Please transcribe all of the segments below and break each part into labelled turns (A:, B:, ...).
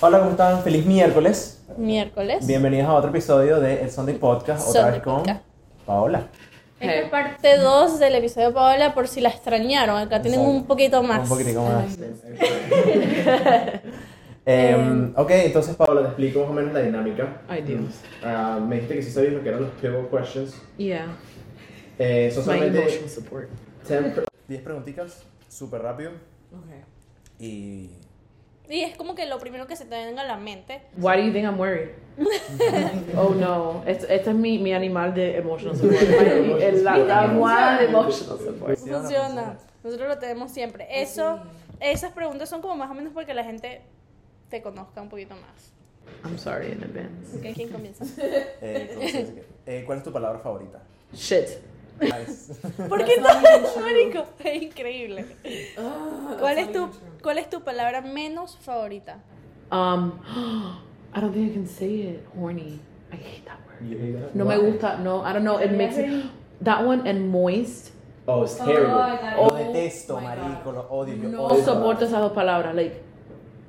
A: Hola, ¿cómo están? Feliz miércoles.
B: Miércoles.
A: Bienvenidos a otro episodio de El Sunday Podcast, otra
B: Sunday
A: vez con
B: Podcast.
A: Paola.
B: Esta es parte 2 del episodio de Paola, por si la extrañaron. Acá tienen
A: Exacto.
B: un poquito más.
A: Un poquitico más. Em, ok, entonces Paola, te explico más o menos la dinámica.
C: Ay, Dios.
A: Ah, me dijiste que sí sabías lo que eran los pivot questions.
C: Yeah.
A: Eh, son
C: My
A: solamente
C: emotional support.
A: 10 pre- 10 preguntitas, súper rápido.
C: Okay.
A: Y
B: Y es como que lo primero que se te venga a la mente.
C: Why do you think I'm worried?
A: Eh,
C: oh no, Es- este es mi, mi animal de emotional support. My- el- la la almohada de emotional support.
A: Funciona, funciona.
B: Funciona. Nosotros lo tenemos siempre. Eso, esas preguntas son como más o menos porque la gente te conozca un poquito más.
C: I'm sorry in advance.
B: Ok, ¿Quién comienza?
A: eh, entonces, eh, ¿cuál es tu palabra favorita?
C: Shit.
A: Nice.
B: ¿Por qué no? Marico, es increíble. ¿Cuál es, tu, ¿Cuál es tu palabra menos favorita?
C: Um, I don't think I can say it. Horny. I hate that word.
A: You hate that?
C: No me
A: Why?
C: gusta. No, I don't know. It makes me- that one and moist.
A: Oh, it's terrible.
C: Oh,
A: lo detesto,
D: my
A: marico,
D: God.
A: lo odio. Yo
D: No.
C: No
A: odio esa
C: soporto
A: palabra.
C: esas dos palabras. Like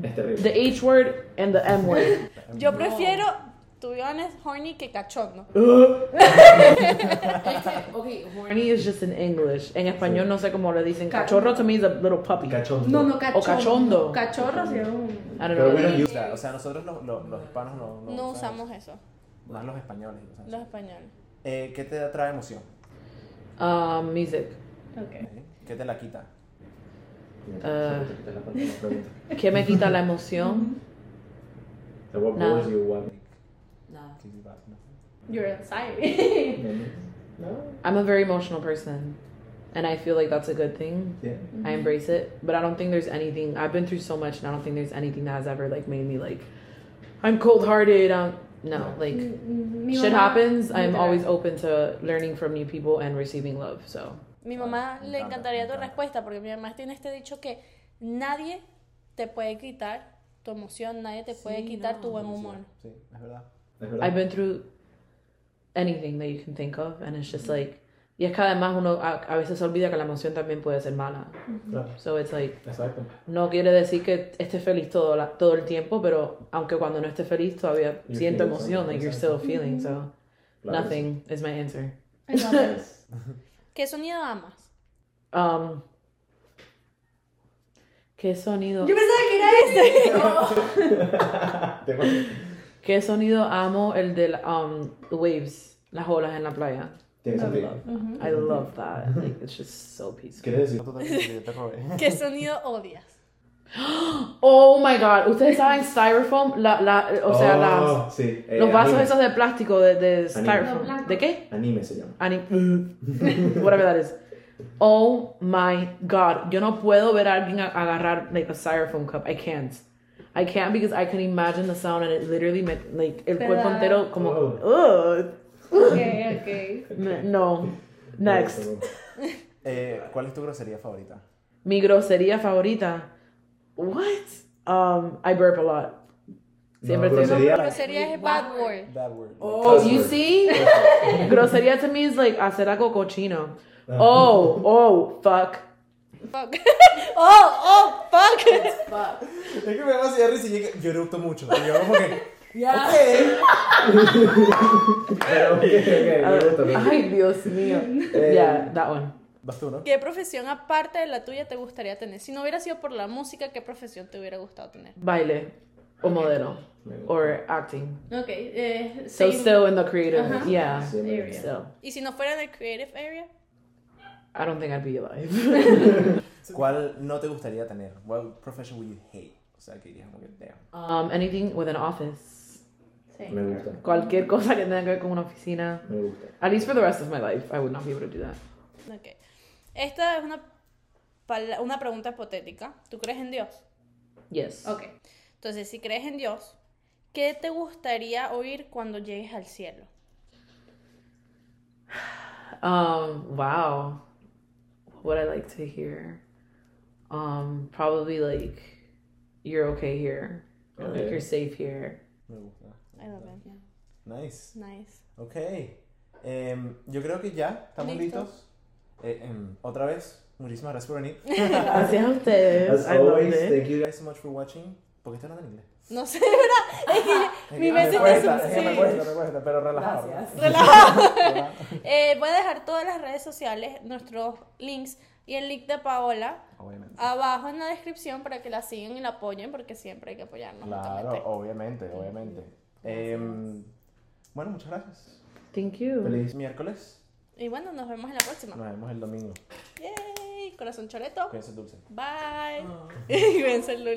A: Es terrible.
C: the H word and the M word.
A: Em,
B: Yo prefiero, tu es horny que cachondo.
D: Es que, ok, horny.
C: Horny is just in English. En español no sé cómo le dicen. Cachorro to me is a little puppy.
A: Cachondo.
D: No, no, cachondo.
C: O cachondo.
D: Cachorro, sí, es un-
C: I don't
A: Pero
C: know.
A: we don't use that. O sea, nosotros los, los, los hispanos no, no
B: No usamos eso,
A: eso. Más los españoles. o sea.
B: los españoles.
A: Eh, ¿Qué te trae emoción?
C: Uh, music.
A: ¿Qué te la quita?
C: Uh, ¿Qué me quita la emoción? Nada. bores
D: Nada.
B: You're anxiety.
C: I'm a very emotional person, and I feel like that's a good thing. I embrace it, but I don't think there's anything. I've been through so much, and I don't think there's anything that has ever like made me like, I'm cold-hearted. Um, no, like shit happens. I'm always open to learning from new people and receiving love. So
B: Mi mamá
A: Me
B: le
A: encanta,
B: encantaría
A: me
B: tu
A: encanta.
B: respuesta porque mi mamá tiene este dicho que nadie te puede quitar tu emoción, nadie te puede quitar tu buen humor.
A: Sí, es verdad.
C: I've been through anything that you can think of, and it's just like. Y es que además uno a, a veces se olvida que la emoción también puede ser mala. So it's like
A: Exacto.
C: No quiere decir que estés feliz todo, la- todo el tiempo, pero aunque cuando no estés feliz todavía
A: You
C: siento
A: feel
C: emoción,
A: something,
C: like you're still feeling, so nothing is my answer.
B: ¿Qué sonido amas?
C: Um, ¿Qué sonido?
D: pensaba que era ese.
C: ¿Qué sonido amo? El del um, waves, las olas en la playa.
A: Tiene sentido.
C: I love that. Like, it's just so peaceful.
A: ¿Quieres decir? Totalmente, te robé.
B: ¿Qué sonido odias?
C: Oh my god, ustedes saben styrofoam, la, la, o sea, las-
A: sí.
C: los vasos
A: Eh,
C: esos de plástico de, de styrofoam.
D: blancos.
C: ¿De qué?
A: Anime se llama.
C: Ani- mm, whatever that is. Oh my god, yo no puedo ver a alguien a- agarrar like a styrofoam cup. I can't. I can't because I can imagine the sound and it literally me, like el cuerpo
D: da-
C: entero como ugh.
D: Ok,
C: Me- no. Next.
A: Eh, ¿Cuál es tu grosería favorita?
C: Mi grosería favorita. What? Um, I burp a lot. Siempre
A: No,
C: tengo.
A: grosería.
B: Pero sería es bad word.
A: Bad word.
C: Oh, you see? grosería to me is like hacer algo cochino.
A: Uh-huh.
C: Oh, oh, fuck.
B: Fuck. Oh, oh, fuck.
D: ok.
A: Es que me da risa y yo- yo eructo mucho. Y yo como que...
D: Ya.
C: Oh, Ay, Dios mío.
E: Eh,
C: Yeah, that one.
A: Vas tú, ¿no?
B: ¿Qué profesión aparte de la tuya te gustaría tener? Si no hubiera sido por la música, ¿qué profesión te hubiera gustado tener?
C: baile o modelo or acting.
B: Ok, eh,
C: So
B: sí.
C: still in the creative, yeah.
D: Area.
C: Still,
B: ¿Y si no fuera en el creative area?
C: I don't think I'd be alive.
A: ¿Cuál no te gustaría tener? What profession would you hate? O sea, que dirías como que, damn.
C: um, anything with an office.
B: Sí.
E: Me gusta,
C: Cualquier cosa que tenga que ver con una oficina.
E: me gusta.
C: At least for the rest of my life, I would not be able to do that.
B: Ok. Esta es una, pala- una pregunta hipotética. ¿Tú crees en Dios?
C: Yes.
D: Ok.
B: Entonces, si crees en Dios, ¿qué te gustaría oír cuando llegues al cielo?
C: Um, wow. What would I like to hear? Um, probably like you're okay here. Or, Like
E: Okay.
C: you're safe here.
A: Me gusta.
B: I love it.
A: Nice.
B: Nice.
A: Ok. Em, yo creo que ya estamos
B: Listo.
A: listos. Eh, em, otra vez, muchísimas gracias por venir.
C: Gracias a ustedes.
E: As
C: I loved
E: always,
C: it.
E: thank you
A: Thank you guys so much for watching. ¿Por qué está hablando en inglés?
B: No sé, ¿verdad? Es que mi mente
A: recuerda,
B: te
A: es que recuerda, recuerda, pero relajado. ¿no?
E: Gracias.
B: relajado.
A: Relajado.
B: Eh, voy a dejar todas las redes sociales, nuestros links y el link de Paola
A: Obviamente.
B: abajo en la descripción para que la sigan y la apoyen porque siempre hay que apoyarnos.
A: Claro,
B: mutuamente.
A: obviamente, obviamente. Em, bueno, muchas gracias.
C: Thank you.
A: Feliz miércoles.
B: Y bueno, nos vemos en la próxima.
A: Nos vemos el domingo.
B: Yay, corazón choleto.
A: Cuídense dulce.
B: Bye. Cuídense, Luli.